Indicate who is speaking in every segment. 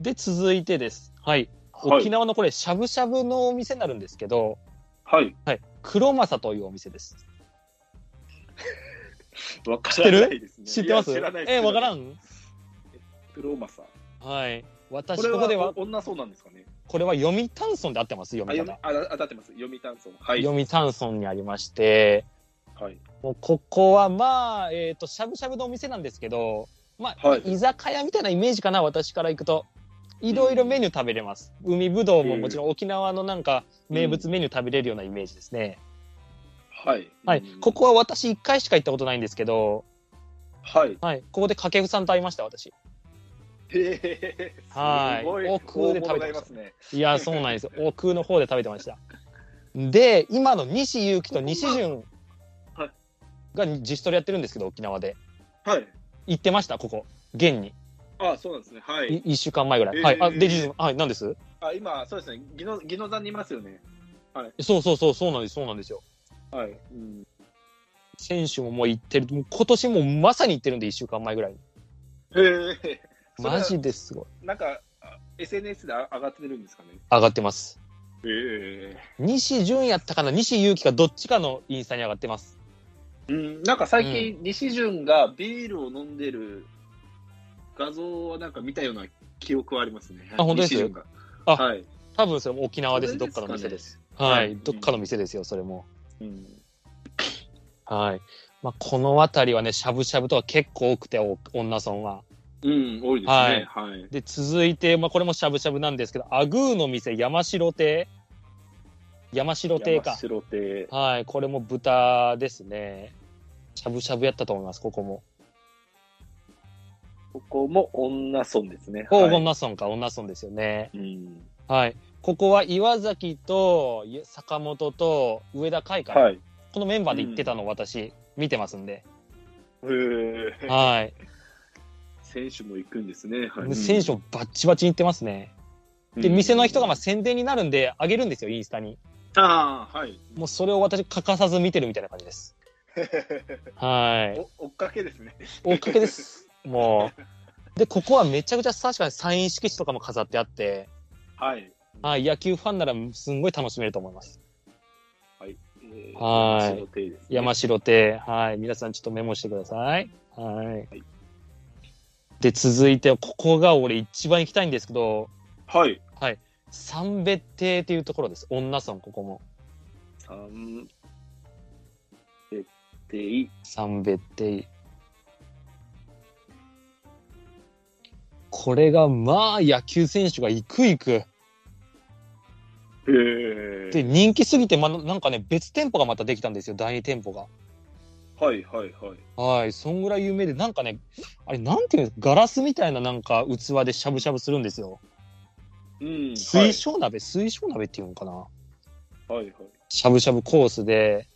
Speaker 1: で、続いてです。はい。
Speaker 2: はい
Speaker 1: 沖。縄のこれ、しゃぶしゃぶのお店になるんですけど、
Speaker 2: はい。
Speaker 1: はい。黒正というお店です。
Speaker 2: わからないですね。
Speaker 1: 知ってます
Speaker 2: いや知らないです
Speaker 1: え、わから
Speaker 2: ん。
Speaker 1: ん
Speaker 2: 黒マサ。
Speaker 1: はい。私、
Speaker 2: こ
Speaker 1: こ
Speaker 2: れは
Speaker 1: こでは、
Speaker 2: お女そうなんですかね。
Speaker 1: これは読谷村で合ってます読
Speaker 2: あ、
Speaker 1: み
Speaker 2: 読
Speaker 1: 方
Speaker 2: み、。あ、あ当たってます。読谷村。はい。
Speaker 1: 読谷村にありまして、
Speaker 2: はい。
Speaker 1: もうここはまあ、えっ、と、しゃぶしゃぶのお店なんですけど、まあ、
Speaker 2: はい
Speaker 1: 居酒屋みたいなイメージかな、私から行くと。いろいろメニュー食べれます。海ぶどうももちろん沖縄のなんか名物メニュー食べれるようなイメージですね。
Speaker 2: はい。
Speaker 1: はい。ここは私1回しか行ったことないんですけど、
Speaker 2: はい。
Speaker 1: はい。ここで掛布さんと会いました、私。
Speaker 2: へー
Speaker 1: はい
Speaker 2: すごい。
Speaker 1: 奥で食べてました
Speaker 2: 大物がいますね。
Speaker 1: いや、そうなん ですよ。奥の方で食べてました。で、今の西祐希と西潤
Speaker 2: はい
Speaker 1: が自主トレやってるんですけど、沖縄で。
Speaker 2: はい。
Speaker 1: 行ってました、ここ。現に。
Speaker 2: あ、そうなんですね。はい。
Speaker 1: い一週間前ぐらい。
Speaker 2: えー
Speaker 1: はい。あ、デジズン、はい、なんです
Speaker 2: あ、今、そうですね。ギノ、ギノ山にいますよね。
Speaker 1: そうそうそう、そうなんです、そうなんですよ。
Speaker 2: はい。うん。
Speaker 1: 選手ももう行ってる。もう今年もうまさに行ってるんで、一週間前ぐらいに。
Speaker 2: へえ。それは
Speaker 1: マジですごい。
Speaker 2: なんか、あ SNS で上がってるんですかね。
Speaker 1: 上がってます。
Speaker 2: え
Speaker 1: 西純やったかな西祐希かどっちかのインスタに上がってます。
Speaker 2: えうん、なんか最近、西潤がビールを飲んでる画像はなんか見たような記憶はありますね。
Speaker 1: あ本当です
Speaker 2: 西潤が
Speaker 1: あ
Speaker 2: はい。
Speaker 1: 多分それも沖縄です。
Speaker 2: そ
Speaker 1: どっ
Speaker 2: れです
Speaker 1: か
Speaker 2: かね
Speaker 1: の店です。
Speaker 2: は
Speaker 1: はいい。どっかの店ですよ、それも。
Speaker 2: うん。
Speaker 1: はい。まあ、この辺りはね、しゃぶしゃぶとは結構多くて、お女村は。
Speaker 2: うん、多いですね。はい。
Speaker 1: で、続いて、まあ、これもしゃぶしゃぶなんですけど、アグーの店、山城亭。山城亭か。
Speaker 2: 白亭。
Speaker 1: はい、これも豚ですね。しゃぶしゃぶやったと思います、ここも。
Speaker 2: ここも女村ですね。
Speaker 1: ここ、
Speaker 2: はい
Speaker 1: 女村か、女村ですよね。
Speaker 2: うん。
Speaker 1: はい。ここは岩崎とい坂本と上田海から、
Speaker 2: はい。
Speaker 1: このメンバーで行ってたのを私、見てますんで。
Speaker 2: へえ
Speaker 1: はい。
Speaker 2: 選手も行くんですね。はい、
Speaker 1: 選手をバッチバチに行ってますね。で、店の人がまあ宣伝になるんで、あげるんですよ、インスタに。
Speaker 2: あ、ああ、はい。
Speaker 1: もうそれを私、欠かさず見てるみたいな感じです。 はい。
Speaker 2: お追っかけですね。
Speaker 1: 追っかけです。もう。で、ここはめちゃくちゃ確かにサイン色紙とかも飾ってあって、
Speaker 2: はい。
Speaker 1: はい、野球ファンならすんごい楽しめると思います。
Speaker 2: はい。えー
Speaker 1: はい
Speaker 2: 白亭ですね
Speaker 1: 山城亭、はい、皆さんちょっとメモしてください。はい。で、続いては、ここが俺一番行きたいんですけど、
Speaker 2: はい。
Speaker 1: 三別亭っていうところです。女村、ここも。
Speaker 2: 三別亭。
Speaker 1: 三別亭。これが、まあ、野球選手が行く行く。
Speaker 2: え
Speaker 1: で、人気すぎて、ま、なんかね、別店舗がまたできたんですよ、第二店舗が。
Speaker 2: はいはいはい。
Speaker 1: はい、そんぐらい有名で、なんかね、あれ、なんていうんですか、ガラスみたいななんか器でしゃぶしゃぶするんですよ。
Speaker 2: うん。
Speaker 1: 水晶鍋、水晶鍋っていうのかな。
Speaker 2: はいはい
Speaker 1: しゃぶしゃぶコースで、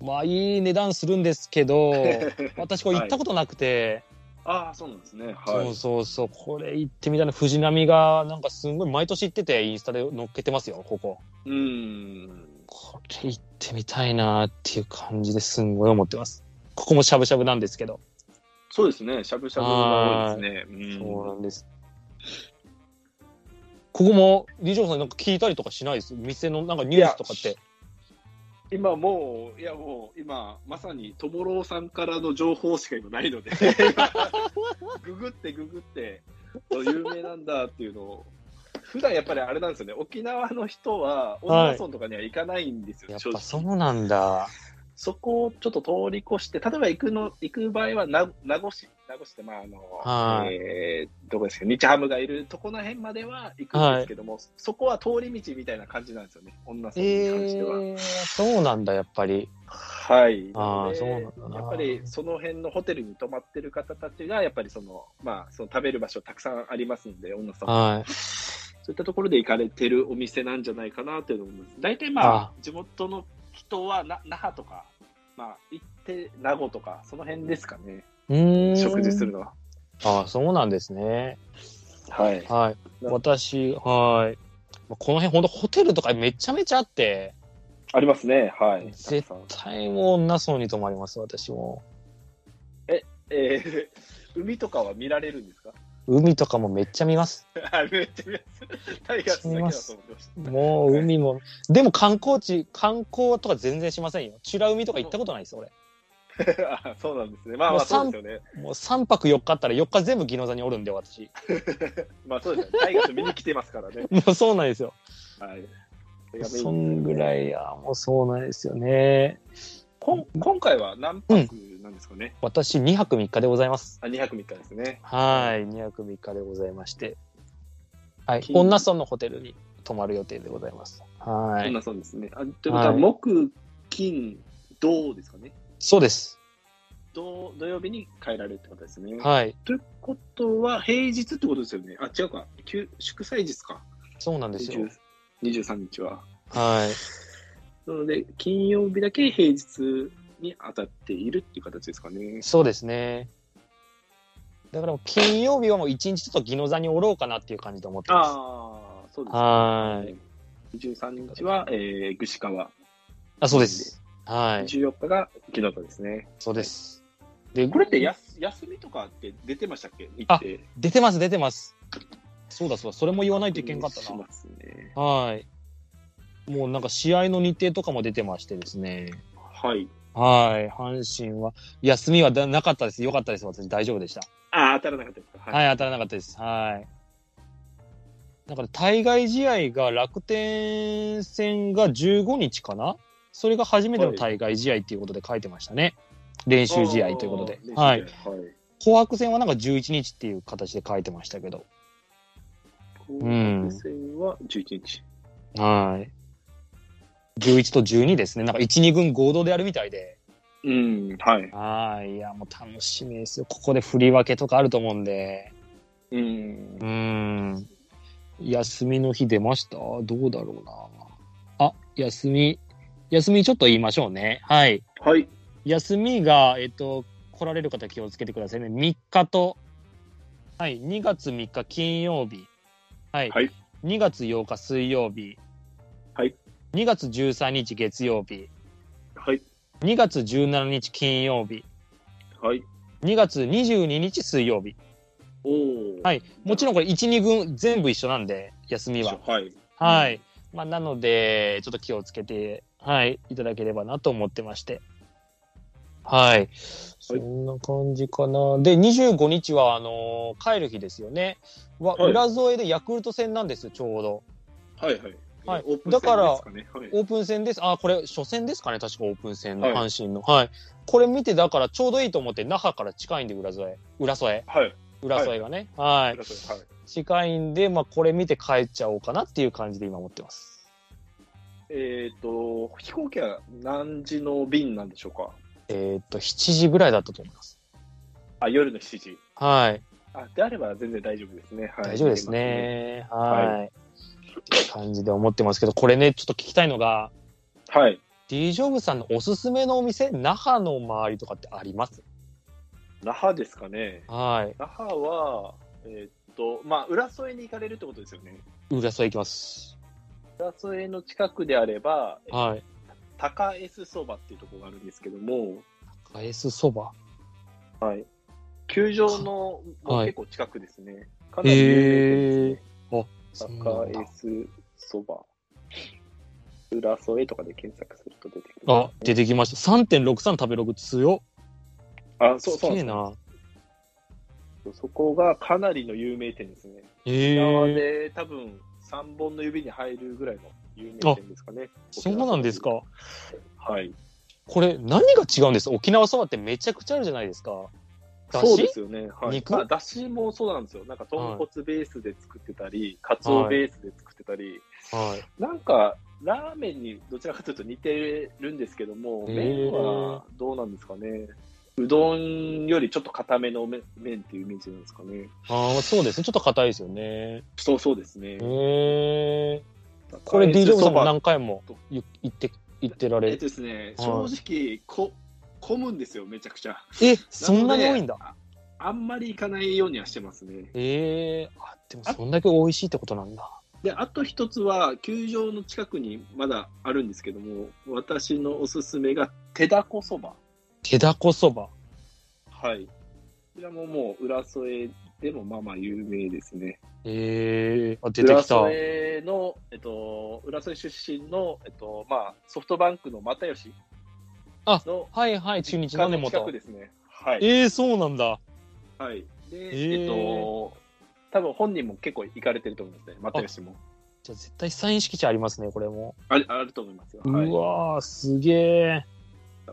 Speaker 1: まあ、いい値段するんですけ ど、
Speaker 2: はい。
Speaker 1: 私、これ行ったことなくて、
Speaker 2: ああ、そうなんですね。
Speaker 1: そう
Speaker 2: は
Speaker 1: そうそう、これ行ってみたいな、藤波が、なんかすんごい毎年行ってて、インスタで載っけてますよ、ここ。
Speaker 2: い。うん。
Speaker 1: これ行ってみたいなっていう感じですんごい思ってます。ここもしゃぶしゃぶなんですけど。
Speaker 2: そうですね。しゃぶしゃぶが多いですね。うん
Speaker 1: そうなんです。ここも、李ジョさんなんか聞いたりとかしないです。店のなんかニュースとかって。
Speaker 2: 今もう、いやもう、今、まさに、ともろうさんからの情報しか今ない ので、今ググってググって、有名なんだっていうのを、普段やっぱりあれなんですよね、沖縄の人は、温
Speaker 1: はい
Speaker 2: 縄村とかには行かないんですよ、
Speaker 1: やっ
Speaker 2: 正
Speaker 1: ぱ
Speaker 2: 直
Speaker 1: そうなんだ。
Speaker 2: そこをちょっと通り越して、例えば行くの行く場合はな名護市、名護市って、まああの
Speaker 1: はい
Speaker 2: えーどこですか、日ハムがいるとこの辺までは行くんですけども、そこは通り道みたいな感じなんですよね、女さんに関しては。
Speaker 1: えー、そうなんだ、やっぱり。
Speaker 2: はい。
Speaker 1: あー
Speaker 2: ので
Speaker 1: そうなんだな
Speaker 2: やっぱりその辺のホテルに泊まってる方たちが、やっぱりその、まあ、その食べる場所たくさんありますんで、女さんは。
Speaker 1: はい。
Speaker 2: そういったところで行かれてるお店なんじゃないかなというのも思います。大体ま
Speaker 1: あ
Speaker 2: あ、地元の人はな那覇とか、まあ、行って名護とか、その辺ですかね、
Speaker 1: うーん。
Speaker 2: 食事するのは。
Speaker 1: あそうなんですね。
Speaker 2: はい。
Speaker 1: はい。私、はい。まあこの辺、ほんとホテルとかめちゃめちゃあって、
Speaker 2: ありますね、はい。
Speaker 1: 絶
Speaker 2: たくさん
Speaker 1: 対もう女層に泊まります、私も。
Speaker 2: えー海とかは見られるんですか
Speaker 1: 海とかもめっちゃ見ます。
Speaker 2: あめっちゃ見ます。タイガースだけだと思ってました。
Speaker 1: もう海も、でも観光地、観光とか全然しませんよ。美ら海とか行ったことないです、俺。
Speaker 2: あそうなんですね。まあま
Speaker 1: も
Speaker 2: あ
Speaker 1: う
Speaker 2: そ
Speaker 1: 三
Speaker 2: うですよね。
Speaker 1: もう3泊4日あったら4日全部宜野座におるんで、私。
Speaker 2: まあそうですね。タイガース見に来てますからね。
Speaker 1: もうそうなんですよ。
Speaker 2: はい。
Speaker 1: そんぐらいや、もうそうなんですよね。
Speaker 2: こん今回は何泊なんですかね。
Speaker 1: 私2泊3日でございます。
Speaker 2: あ、2泊3日ですね。
Speaker 1: はい、2泊3日でございまして。はい、
Speaker 2: 金
Speaker 1: 女村のホテルに泊まる予定でございます。は
Speaker 2: そん
Speaker 1: い。
Speaker 2: なそうですね。あということは、
Speaker 1: はい
Speaker 2: 木、金、土ですかね。
Speaker 1: そうです。
Speaker 2: 土土曜日に帰られるってことですね。
Speaker 1: はい。
Speaker 2: ということは、平日ってことですよね。あ、違うか。休祝祭日か。
Speaker 1: そうなんですよ
Speaker 2: 20。23日は。
Speaker 1: はい。
Speaker 2: なので、金曜日だけ平日に当たっているっていう形ですかね。
Speaker 1: そうですね。だからもう金曜日はもう一日ちょっと宜野座におろうかなっていう感じで思ってま
Speaker 2: ああ、そう
Speaker 1: す。
Speaker 2: ですね。
Speaker 1: はーい。
Speaker 2: 23日は、えー、串川。
Speaker 1: あ、そうです。はい。
Speaker 2: 14日が木のですね。
Speaker 1: そうです。で、
Speaker 2: これってやす休みとかって出てましたっけ日程。
Speaker 1: 出てます、出てます。そうだそうだ、それも言わないといけんかった
Speaker 2: し
Speaker 1: な。
Speaker 2: ますね。
Speaker 1: はい。もうなんか試合の日程とかも出てましてですね。
Speaker 2: はい。
Speaker 1: はい。阪神は、休みはだなかったです。よかったです。私、大丈夫でした。
Speaker 2: ああ、当たらなかったですか。
Speaker 1: はい、当たらなかったです。はい。だから、対外試合が楽天戦が15日かなそれが初めての対外試合っていうことで書いてましたね。練習試合ということで。
Speaker 2: あー
Speaker 1: は
Speaker 2: 練
Speaker 1: い。
Speaker 2: 習試合はい。
Speaker 1: 紅白戦はなんか11日っていう形で書いてましたけど。
Speaker 2: 紅白戦は11日。
Speaker 1: はい。11と12ですね。なんか1、2軍合同でやるみたいで。
Speaker 2: うん、はい。
Speaker 1: はい。いや、もう楽しみですよ。ここで振り分けとかあると思うんで。
Speaker 2: う
Speaker 1: う。
Speaker 2: ん
Speaker 1: ーん。休みの日出ましたどうだろうな。あ、休み。休みちょっと言いましょうね。はい。
Speaker 2: はい。
Speaker 1: 休みが、えっと、来られる方気をつけてくださいね。3日と、はい、2月3日金曜日。はい。
Speaker 2: はい
Speaker 1: 2月8日水曜日。
Speaker 2: はい。
Speaker 1: 2月13日月曜日。
Speaker 2: はい。
Speaker 1: 2月17日金曜日。
Speaker 2: はい。
Speaker 1: 2月22日水曜日。
Speaker 2: おお。
Speaker 1: はい。もちろんこれ1、2軍全部一緒なんで、休みは。
Speaker 2: はい。
Speaker 1: はい。まあ、なので、ちょっと気をつけて、はい、いただければなと思ってまして。はい。そんな感じかな。で、25日は、あのー帰る日ですよね。は、
Speaker 2: はい
Speaker 1: 浦添でヤクルト戦なんですよ、ちょうど。
Speaker 2: はい。はい。
Speaker 1: はい
Speaker 2: オープン戦
Speaker 1: だから
Speaker 2: ですかねはい
Speaker 1: オープン戦です。あ、これ、初戦ですかね、確かオープン戦の、
Speaker 2: はい
Speaker 1: 阪神の。はい。これ見て、だから、ちょうどいいと思って、那覇から近いんで、浦添。浦添。
Speaker 2: はい。
Speaker 1: 浦添がね。はい。
Speaker 2: はい。
Speaker 1: 近いんで、まあ、これ見て帰っちゃおうかなっていう感じで今思ってます。
Speaker 2: えっと、飛行機は何時の便なんでしょうか
Speaker 1: えーっと、7時ぐらいだったと思います。
Speaker 2: あ、夜の7時。
Speaker 1: はい。
Speaker 2: あ、であれば全然大丈夫ですね。はい、
Speaker 1: 大丈夫ですね。はい。って感じで思ってますけど、これね、ちょっと聞きたいのが、
Speaker 2: はい。
Speaker 1: D ・ジョブさんのおすすめのお店、那覇の周りとかってあります
Speaker 2: 那覇ですかね。
Speaker 1: は
Speaker 2: 那覇は、えーっと、まあ、浦添に行かれるってことですよね。
Speaker 1: い。浦添行きます。
Speaker 2: 浦添の近くであれば、
Speaker 1: はい。
Speaker 2: 高 S そばっていうところがあるんですけども、
Speaker 1: ガエスそば。
Speaker 2: はい。球場のもう
Speaker 1: はい
Speaker 2: 結構近くですね。かなり有名で
Speaker 1: そ
Speaker 2: す
Speaker 1: う
Speaker 2: ね。
Speaker 1: な
Speaker 2: 高
Speaker 1: んだ
Speaker 2: S そば。浦添とかで検索すると出てくる、
Speaker 1: あ、出てきました。3.63食べログ強
Speaker 2: あ、
Speaker 1: っ。
Speaker 2: そう
Speaker 1: す
Speaker 2: そう
Speaker 1: げ
Speaker 2: なんで
Speaker 1: え
Speaker 2: すよ
Speaker 1: な。
Speaker 2: そこがかなりの有名店ですね。
Speaker 1: え
Speaker 2: 沖縄
Speaker 1: え
Speaker 2: で多分3本の指に入るぐらいの有名店ですかね。
Speaker 1: そうなんですか。
Speaker 2: はい。
Speaker 1: これ、何が違うんです沖縄そばってめちゃくちゃあるじゃないですか。だし
Speaker 2: そうですよね。はい、
Speaker 1: 肉
Speaker 2: まあ、だしもそうなんですよ。なんか豚骨ベースで作ってたり、かつおベースで作ってたり、
Speaker 1: はい。
Speaker 2: なんかラーメンにどちらかというと似てるんですけども、
Speaker 1: へー
Speaker 2: 麺はどうなんですかね。うどんよりちょっと固めの麺麺っていうイメージなんですかね。
Speaker 1: ああ、そうですね。ちょっと硬いですよね。
Speaker 2: そうそうですね
Speaker 1: え。えこれ D ・ジョブさんも何回も行って、行ってら
Speaker 2: え
Speaker 1: れ
Speaker 2: っ
Speaker 1: る
Speaker 2: と。ですね、正
Speaker 1: はい
Speaker 2: 直、こ、混むんですよ、めちゃくちゃ。
Speaker 1: え、そんなに多いんだ
Speaker 2: な。ので。ああんまり行かないようにはしてますね。
Speaker 1: ええあ、でもそんだけ美味しいってことなんだ。
Speaker 2: で、あと一つは、球場の近くにまだあるんですけども、私のおすすめが、手だこそば。
Speaker 1: 手だこそば。
Speaker 2: はい。こちらももう、浦添でもまあまあ有名ですね。
Speaker 1: えー、あ、出てきた。
Speaker 2: 浦添の、えっと、浦添出身の、えっと、まあ、ソフトバンクの又吉
Speaker 1: あ
Speaker 2: の
Speaker 1: はいはい、中日
Speaker 2: 実家
Speaker 1: の根
Speaker 2: の近
Speaker 1: 本
Speaker 2: く。ですね。はい。
Speaker 1: えー、そうなんだ。
Speaker 2: はい。で、
Speaker 1: ー
Speaker 2: えっと、多分本人も結構行かれてると思うんですね、又吉も。
Speaker 1: じゃあ絶対サイン敷地ありますね、これも。
Speaker 2: あるあると思いますよ。
Speaker 1: う
Speaker 2: はい。
Speaker 1: わー、すげ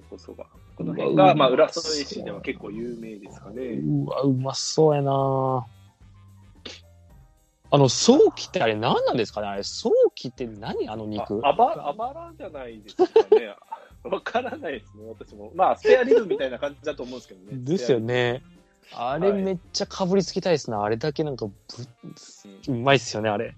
Speaker 2: こそば。
Speaker 1: う
Speaker 2: こ
Speaker 1: わ
Speaker 2: の辺が、まあ、
Speaker 1: うま
Speaker 2: 浦
Speaker 1: そう
Speaker 2: 添市では結構有名ですか
Speaker 1: え。
Speaker 2: ね。
Speaker 1: うわ、うまそうやなあの、早期ってあれ何なんですかねあれ、早期って何あの肉。
Speaker 2: ああばあばらじゃないですかね。 わからないですね、私も。まあ、スペアリブみたいな感じだと思うんですけどね。
Speaker 1: ですよね。あれ
Speaker 2: はい
Speaker 1: めっちゃかぶりつきたいですな。あれだけなんかぶ、
Speaker 2: スペアリ
Speaker 1: うまいっすよね、あれ。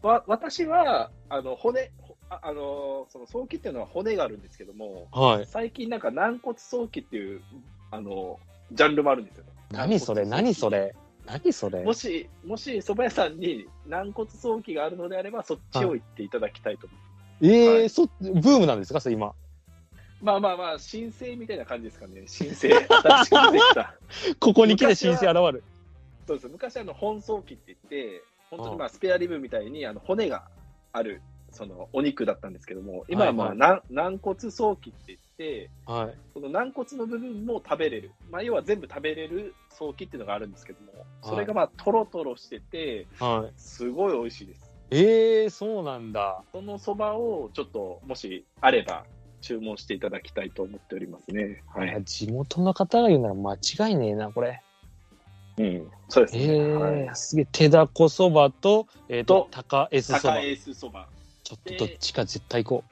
Speaker 2: ブ。わ私は、あの、骨、ほああの、その、早期っていうのは骨があるんですけども、
Speaker 1: はい。
Speaker 2: 最近なんか軟骨早期っていう、あの、ジャンルもあるんですよね。
Speaker 1: 何それ、何それ。何それ
Speaker 2: も。し、もし、蕎麦屋さんに軟骨早期があるのであれば、そっちを行っていただきたいと思います。
Speaker 1: えー
Speaker 2: はい
Speaker 1: そ、ブームなんですか、それ今。
Speaker 2: まあまあまあ、申請みたいな感じですかね。申請。新しく出てきた。
Speaker 1: ここに来て申請現る。
Speaker 2: そうです昔あの本草器って言って、本当にまあスペアリブみたいにあの骨があるそのお肉だったんですけども、今はま
Speaker 1: は
Speaker 2: あ
Speaker 1: い
Speaker 2: 軟軟骨早期って言って、
Speaker 1: はい。
Speaker 2: その軟骨の部分も食べれる、まあ、要は全部食べれる早期っていうのがあるんですけども、それがまあトロトロしてて、
Speaker 1: はい。
Speaker 2: すごい美味しいです。
Speaker 1: ええそうなんだ。
Speaker 2: そのそばをちょっと、もしあれば、注文していただきたいと思っておりますね。はい。
Speaker 1: 地元の方が言うなら間違いねえな、これ。
Speaker 2: うん。そうです
Speaker 1: え
Speaker 2: ね。
Speaker 1: え
Speaker 2: はい、
Speaker 1: すげえ。手だこそばと、えっ、と
Speaker 2: と、
Speaker 1: 高 S そば
Speaker 2: 高。エースそば。
Speaker 1: ちょっとどっちか絶対行こ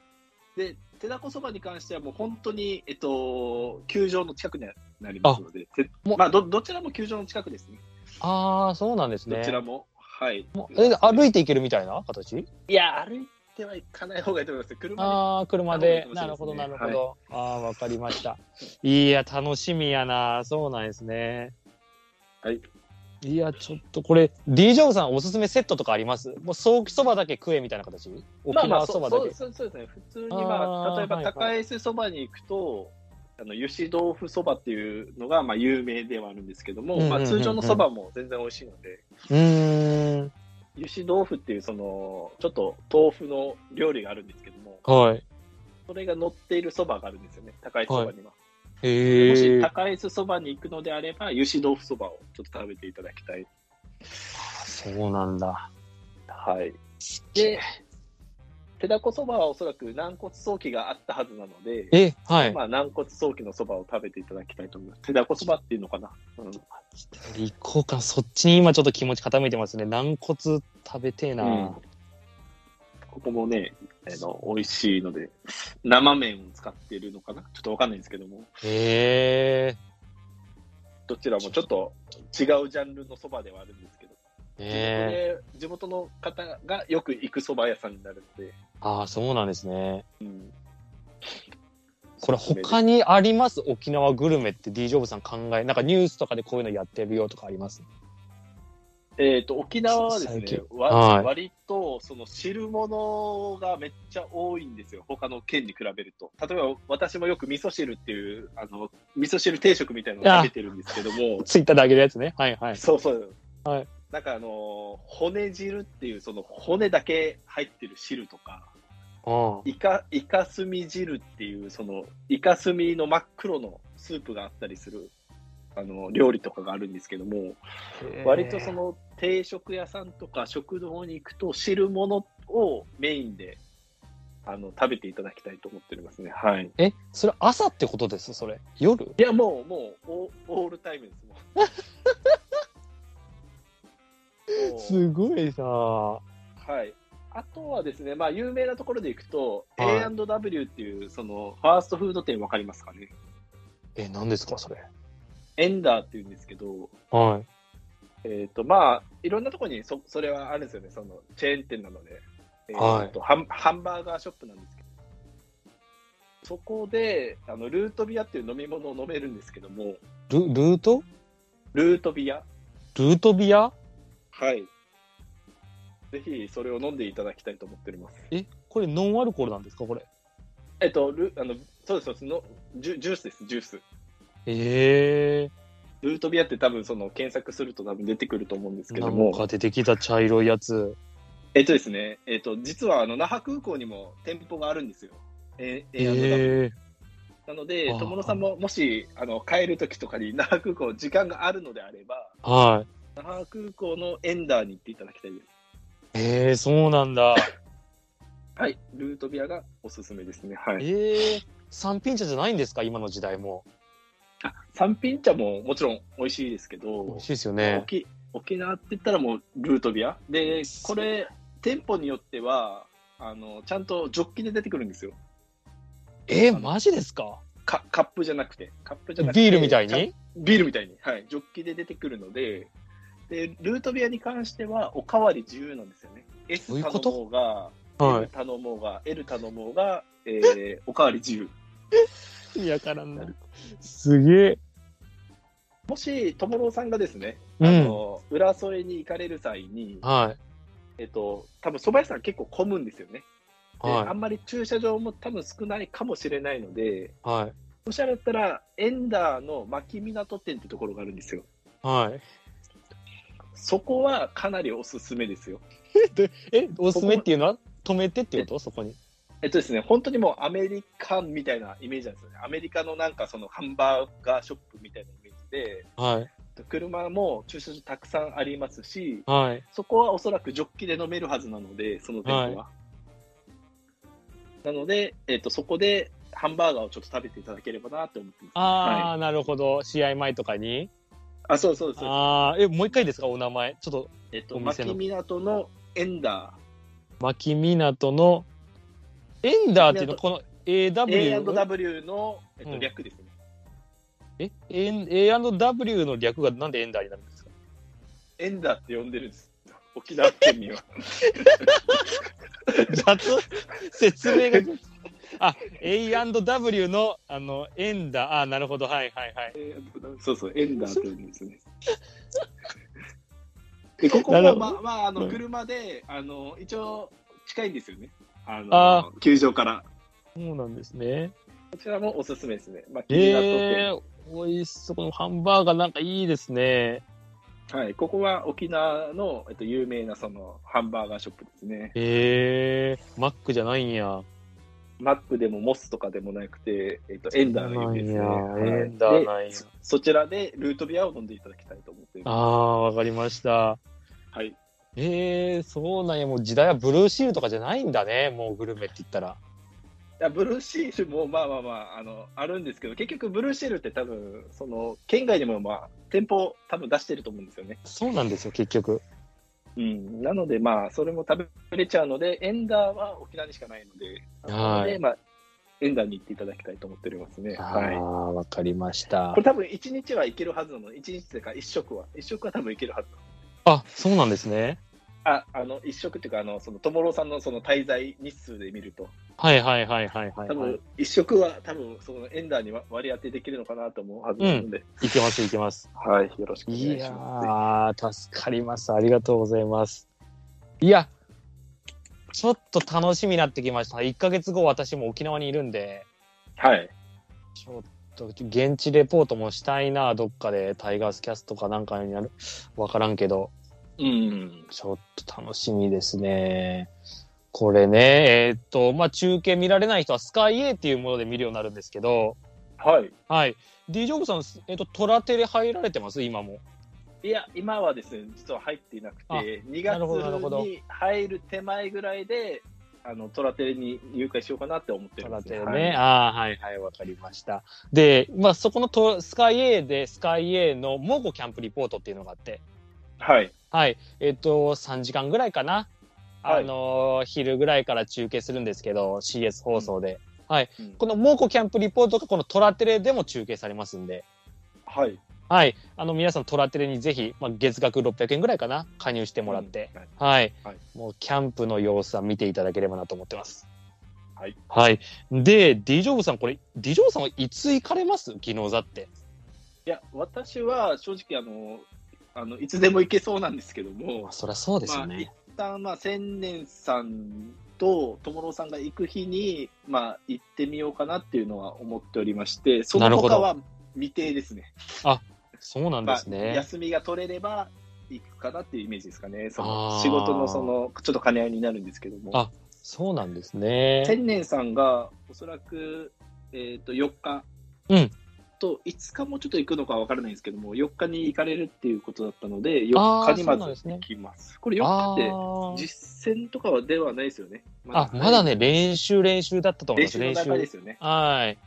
Speaker 2: で、手だこそばに関しては、もう本当に、えっと、球場の近くになりますので、て
Speaker 1: もう
Speaker 2: まあど、どちらも球場の近くですね、
Speaker 1: う。ああ、そうなんですね。
Speaker 2: どちらも。はい。
Speaker 1: え、歩
Speaker 2: い
Speaker 1: いていけるみたいな形
Speaker 2: いや、歩いてはいかない方がいいと思いますよ。車
Speaker 1: ああ、車で。
Speaker 2: そうですね
Speaker 1: なるほど、なるほど。ああ、わかりました。いや、楽しみやな。そうなんですね。
Speaker 2: はい。
Speaker 1: いや、ちょっとこれ、D ・ジョブさんおすすめセットとかありますもう、ソーキそばだけ食えみたいな形
Speaker 2: に、まあ
Speaker 1: 沖
Speaker 2: まあ、
Speaker 1: 縄
Speaker 2: そ
Speaker 1: そうばだ
Speaker 2: そ
Speaker 1: け
Speaker 2: う。そうそうですね。普通に、
Speaker 1: あ
Speaker 2: ま
Speaker 1: ー
Speaker 2: あ、例えば
Speaker 1: はいはい
Speaker 2: 高江洲そばに行くと、あの、油脂豆腐そばっていうのが、まあ、有名ではあるんですけども、
Speaker 1: うんうんうんうん
Speaker 2: まあ、通常のそばも全然美味しいので、
Speaker 1: うーん。
Speaker 2: 油脂豆腐っていう、その、ちょっと豆腐の料理があるんですけども、
Speaker 1: はい。
Speaker 2: それが乗っているそばがあるんですよね、高いそばには。も
Speaker 1: へ
Speaker 2: し
Speaker 1: え。
Speaker 2: 高いそばに行くのであれば、油脂豆腐そばをちょっと食べていただきたい。
Speaker 1: そうなんだ。
Speaker 2: はい。で、手だこそばはおそらく軟骨早期があったはずなので、
Speaker 1: え、はい。
Speaker 2: まあ、軟骨早期のそばを食べていただきたいと思います。手だこそばっていうのかな。うん。
Speaker 1: 行こうか。そっちに今ちょっと気持ち傾いてますね。軟骨食べてえな。
Speaker 2: うんここもね、あの、美味しいので、生麺を使っているのかなちょっとわかんないんですけども、
Speaker 1: へえ。
Speaker 2: どちらもちょっと違うジャンルのそばではあるんですけど、
Speaker 1: ええ。
Speaker 2: 地元の方がよく行くそば屋さんになるので、
Speaker 1: ああ、そうなんですね。
Speaker 2: うん
Speaker 1: これ他にあります沖縄グルメって D ジョブさん考え、なんかニュースとかでこういうのやってるよとかあります
Speaker 2: えっ、と、沖縄はです
Speaker 1: 最近
Speaker 2: ね、わ
Speaker 1: はい
Speaker 2: 割と、その汁物がめっちゃ多いんですよ。他の県に比べると。例えば、私もよく味噌汁っていう、あの、味噌汁定食みたいなのを食べてるんですけ ども、
Speaker 1: ツイッターであげるやつね。はいはい。
Speaker 2: そうそう。
Speaker 1: はい
Speaker 2: なんかあの、骨汁っていう、その骨だけ入ってる汁とか、
Speaker 1: うん。
Speaker 2: イカ、イカスミ汁っていう、その、イカスミの真っ黒のスープがあったりする、あの、料理とかがあるんですけども、割とその定食屋さんとか食堂に行くと汁物をメインであの食べていただきたいと思っておりますね。はい。
Speaker 1: え、それ朝ってことですそれ。夜
Speaker 2: いやもうもうオオールタイムですもうもう。
Speaker 1: すごいさ。は
Speaker 2: はい。あとはですね、まあ有名なところで行くと、
Speaker 1: はい
Speaker 2: A&W っていうそのファーストフード店わかりますかね。
Speaker 1: え、何ですかそれ。
Speaker 2: エンダーっていうんですけど、
Speaker 1: はい。
Speaker 2: えっ、と、まあ、いろんなところにそ、それはあるんですよね、その、チェーン店なので。えーとハンハンバーガーショップなんですけど。そこで、あの、ルートビアっていう飲み物を飲めるんですけども、
Speaker 1: ル、ルート
Speaker 2: ルートビア
Speaker 1: ルートビア
Speaker 2: はい。ぜひ、それを飲んでいただきたいと思っております。
Speaker 1: え、これノンアルコールなんですかこれ。
Speaker 2: えっ、と、ル、あの、そうです、そうですのジュ、ジュースです、ジュース。
Speaker 1: ええ
Speaker 2: ルートビアって多分その検索すると多分出てくると思うんですけど
Speaker 1: なん
Speaker 2: も、
Speaker 1: か出てきた茶色いやつ。
Speaker 2: えっとですね、えっと、実はあの那覇空港にも店舗があるんですよ。ええ
Speaker 1: ええ
Speaker 2: なので
Speaker 1: あ、ー
Speaker 2: 友野さんももしあの帰るときとかに那覇空港、時間があるのであれば、
Speaker 1: はい。
Speaker 2: 那覇空港のエンダーに行っていただきたいです。
Speaker 1: ええそうなんだ。
Speaker 2: はい、ルートビアがおすすめですね。はい、
Speaker 1: ええ三品茶じゃないんですか今の時代も。
Speaker 2: あ三品茶ももちろん美味しいですけ
Speaker 1: 美
Speaker 2: ど
Speaker 1: 味、しいですよね。
Speaker 2: 沖沖縄って言ったらもうルートビアで、これ、店舗によってはあの、ちゃんとジョッキで出てくるんですよ。
Speaker 1: ええマジですか
Speaker 2: かカップじゃなくて、カップじゃなくて
Speaker 1: ビールみたい
Speaker 2: ちゃん
Speaker 1: に
Speaker 2: ビールみたいに、はい、ジョッキで出てくるので、でルートビアに関しては、おかわり自由なんですよね。S
Speaker 1: どういう
Speaker 2: 頼
Speaker 1: こと
Speaker 2: もうが、
Speaker 1: は
Speaker 2: M 頼もうが、L 頼もうが、えー、おかわり自由。
Speaker 1: い。いやからんな。すげえ。
Speaker 2: もし、友郎さんがですね、
Speaker 1: う
Speaker 2: あ
Speaker 1: ん。
Speaker 2: の浦添に行かれる際に、
Speaker 1: はい。
Speaker 2: えっと多分蕎麦屋さん結構混むんですよね。であ
Speaker 1: は
Speaker 2: んまり駐車場も多分少ないかもしれないので、
Speaker 1: い。はい。
Speaker 2: おしゃれだったら、エンダーの牧港店ってところがあるんですよ。
Speaker 1: はい。
Speaker 2: そこはかなりおすすめですよ。
Speaker 1: え、おすすめっていうのは止めてっていうことそこに。
Speaker 2: えっとですね、本当にもうアメリカンみたいなイメージなんですよね。アメリカのなんかそのハンバーガーショップみたいなイメージで、
Speaker 1: はい。
Speaker 2: 車も駐車場たくさんありますし、
Speaker 1: はい。
Speaker 2: そこはおそらくジョッキで飲めるはずなので、その店舗は。なので、えっと、そこでハンバーガーをちょっと食べていただければなって思ってます。
Speaker 1: ああ、
Speaker 2: はい
Speaker 1: なるほど。試合前とかに。
Speaker 2: あ、そうそうそう。
Speaker 1: ああ、え、もう一回ですかお名前。ちょっと、
Speaker 2: えっと、
Speaker 1: お店
Speaker 2: 牧
Speaker 1: の
Speaker 2: 港のエンダ
Speaker 1: 牧港の、エンダーっていうの、
Speaker 2: 港
Speaker 1: この AW
Speaker 2: ー、
Speaker 1: の、
Speaker 2: A&W の、えっ
Speaker 1: う
Speaker 2: と、
Speaker 1: ん
Speaker 2: 略ですね。
Speaker 1: え A- ?A&W の略がなんでエンダーになるんですか
Speaker 2: エンダーって呼んでるんですよ。沖縄県民は。
Speaker 1: 雑説明が雑。あ、A&W の、あの、エンダー。あーなるほど。はいはいはい。
Speaker 2: そうそう、エンダーという んですよね。で、ここ
Speaker 1: なる
Speaker 2: も、
Speaker 1: ほ
Speaker 2: まあ、
Speaker 1: ど
Speaker 2: まあ、あ
Speaker 1: う
Speaker 2: の
Speaker 1: ん
Speaker 2: 車で、あの一応、近いんですよね。あの
Speaker 1: あ
Speaker 2: 球場から。
Speaker 1: そうなんですね。
Speaker 2: こちらもおすすめですね。まあ、気になっとって
Speaker 1: ええー、美味しそう。このハンバーガーなんかいいですね。
Speaker 2: はい、ここは沖縄の、えっと、有名なそのハンバーガーショップですね。
Speaker 1: ええー、マックじゃないんや。
Speaker 2: マックでもモスとかでもなくて、えっと、エンダーが有名ですね。
Speaker 1: なんや
Speaker 2: はい
Speaker 1: エンダーなんや
Speaker 2: でそそちらでルートビアを飲んでいただきたいと思ってい
Speaker 1: あ
Speaker 2: ま
Speaker 1: あ、わかりました。
Speaker 2: す。はい。
Speaker 1: ええー、そうなんや。もう時代はブルーシールとかじゃないんだね。もうグルメって言ったら。
Speaker 2: いやブルーシールもまあまあまああのあるんですけど結局ブルーシールって多分その県外でもまあ店舗多分出してると思うんですよね、
Speaker 1: そうなんですよ、結局。
Speaker 2: うん、なのでまあそれも食べれちゃうのでエンダーは沖縄にしかないので
Speaker 1: はい
Speaker 2: なのでまあエンダーに行っていただきたいと思っておりますね
Speaker 1: あ
Speaker 2: はい
Speaker 1: あ、わかりました
Speaker 2: これ。多分1日は行けるはずなの1日というか1食は1食は多分行けるはず
Speaker 1: あ、そうなんですね。
Speaker 2: ああの1食っていうかあのその友郎さんのその滞在日数で見ると
Speaker 1: はいはいはいはいはい、は
Speaker 2: 多分
Speaker 1: い。
Speaker 2: 1食は多分そのエンダーに割割り当てできるのかなと思うはずなので、
Speaker 1: いけますいけます。
Speaker 2: はい、よろしくお願い
Speaker 1: い
Speaker 2: し
Speaker 1: や
Speaker 2: ます。
Speaker 1: ー、助かります。ありがとうございます。いや、ちょっと楽しみになってきました。1ヶ月後、私も沖縄にいるんで、
Speaker 2: はい。
Speaker 1: ちょっと現地レポートもしたいな、どっかで、タイガースキャストかなんかになる。わからんけど、
Speaker 2: うん。
Speaker 1: ちょっと楽しみですね。これね、えーっと、まあ、中継見られない人はスカイ A っていうもので見るようになるんですけど、
Speaker 2: はい。
Speaker 1: はい。D ジョブさん、えーっと、トラテレ入られてます今も。
Speaker 2: いや、今はですね、実は入っていなく
Speaker 1: あ
Speaker 2: て、2
Speaker 1: なるほどなるほ
Speaker 2: 月
Speaker 1: ど
Speaker 2: に入る手前ぐらいで、あの、トラテレに入会しようかなって思って
Speaker 1: ト
Speaker 2: るん
Speaker 1: ラ
Speaker 2: です
Speaker 1: テ
Speaker 2: ね
Speaker 1: レね。ああ、はいはい、わかりました。で、まあ、そこのトスカイ A で、スカイ A のモゴキャンプリポートっていうのがあって、
Speaker 2: はい。
Speaker 1: はい。えっ、と、3時間ぐらいかな。
Speaker 2: はい
Speaker 1: あのー昼ぐらいから中継するんですけど、CS 放送で。はい。
Speaker 2: うん
Speaker 1: このモゴキャンプリポートがこのトラテレでも中継されますんで、
Speaker 2: はい。
Speaker 1: はい。あの、皆さんトラテレにぜひ、まあ、月額600円ぐらいかな。加入してもらって。
Speaker 2: うん。
Speaker 1: は
Speaker 2: はい
Speaker 1: い、
Speaker 2: はい
Speaker 1: もうキャンプの様子は見ていただければなと思ってます。
Speaker 2: はい。
Speaker 1: はい。で、ディジョブさん、これ、ディジョブさんはいつ行かれます技能座って。
Speaker 2: いや、私は正直、あの、あの、いつでも行けそうなんですけども
Speaker 1: まあ、、そりゃそうですよ
Speaker 2: まあ、一
Speaker 1: ね。
Speaker 2: 旦、まあ、千年さんと友郎さんが行く日に、まあ、行ってみようかなっていうのは思っておりまして、その
Speaker 1: なるほ
Speaker 2: 他
Speaker 1: ど
Speaker 2: は未定ですね。
Speaker 1: そうなんです
Speaker 2: まあ
Speaker 1: ね。
Speaker 2: 休みが取れれば行くかなっていうイメージですかね。そ
Speaker 1: あー
Speaker 2: の仕事のその、ちょっと兼ね合いになるんですけど
Speaker 1: あ
Speaker 2: も。
Speaker 1: そうなんですね。
Speaker 2: 千年さんがおそらく、えっと4日
Speaker 1: うん。
Speaker 2: と5日もちょっと行くのかわからないんですけども、4日に行かれるっていうことだったので、
Speaker 1: あ
Speaker 2: 4
Speaker 1: ー
Speaker 2: 日にま
Speaker 1: そうなんです
Speaker 2: ず
Speaker 1: ね
Speaker 2: 行きます。これ
Speaker 1: あ
Speaker 2: 4日って
Speaker 1: ー
Speaker 2: 実践とかはではないですよね。
Speaker 1: あ、まだね、練習練習だったと思い
Speaker 2: 練
Speaker 1: ます。
Speaker 2: 習の
Speaker 1: 練
Speaker 2: 中で
Speaker 1: 習。
Speaker 2: すよね。
Speaker 1: はい。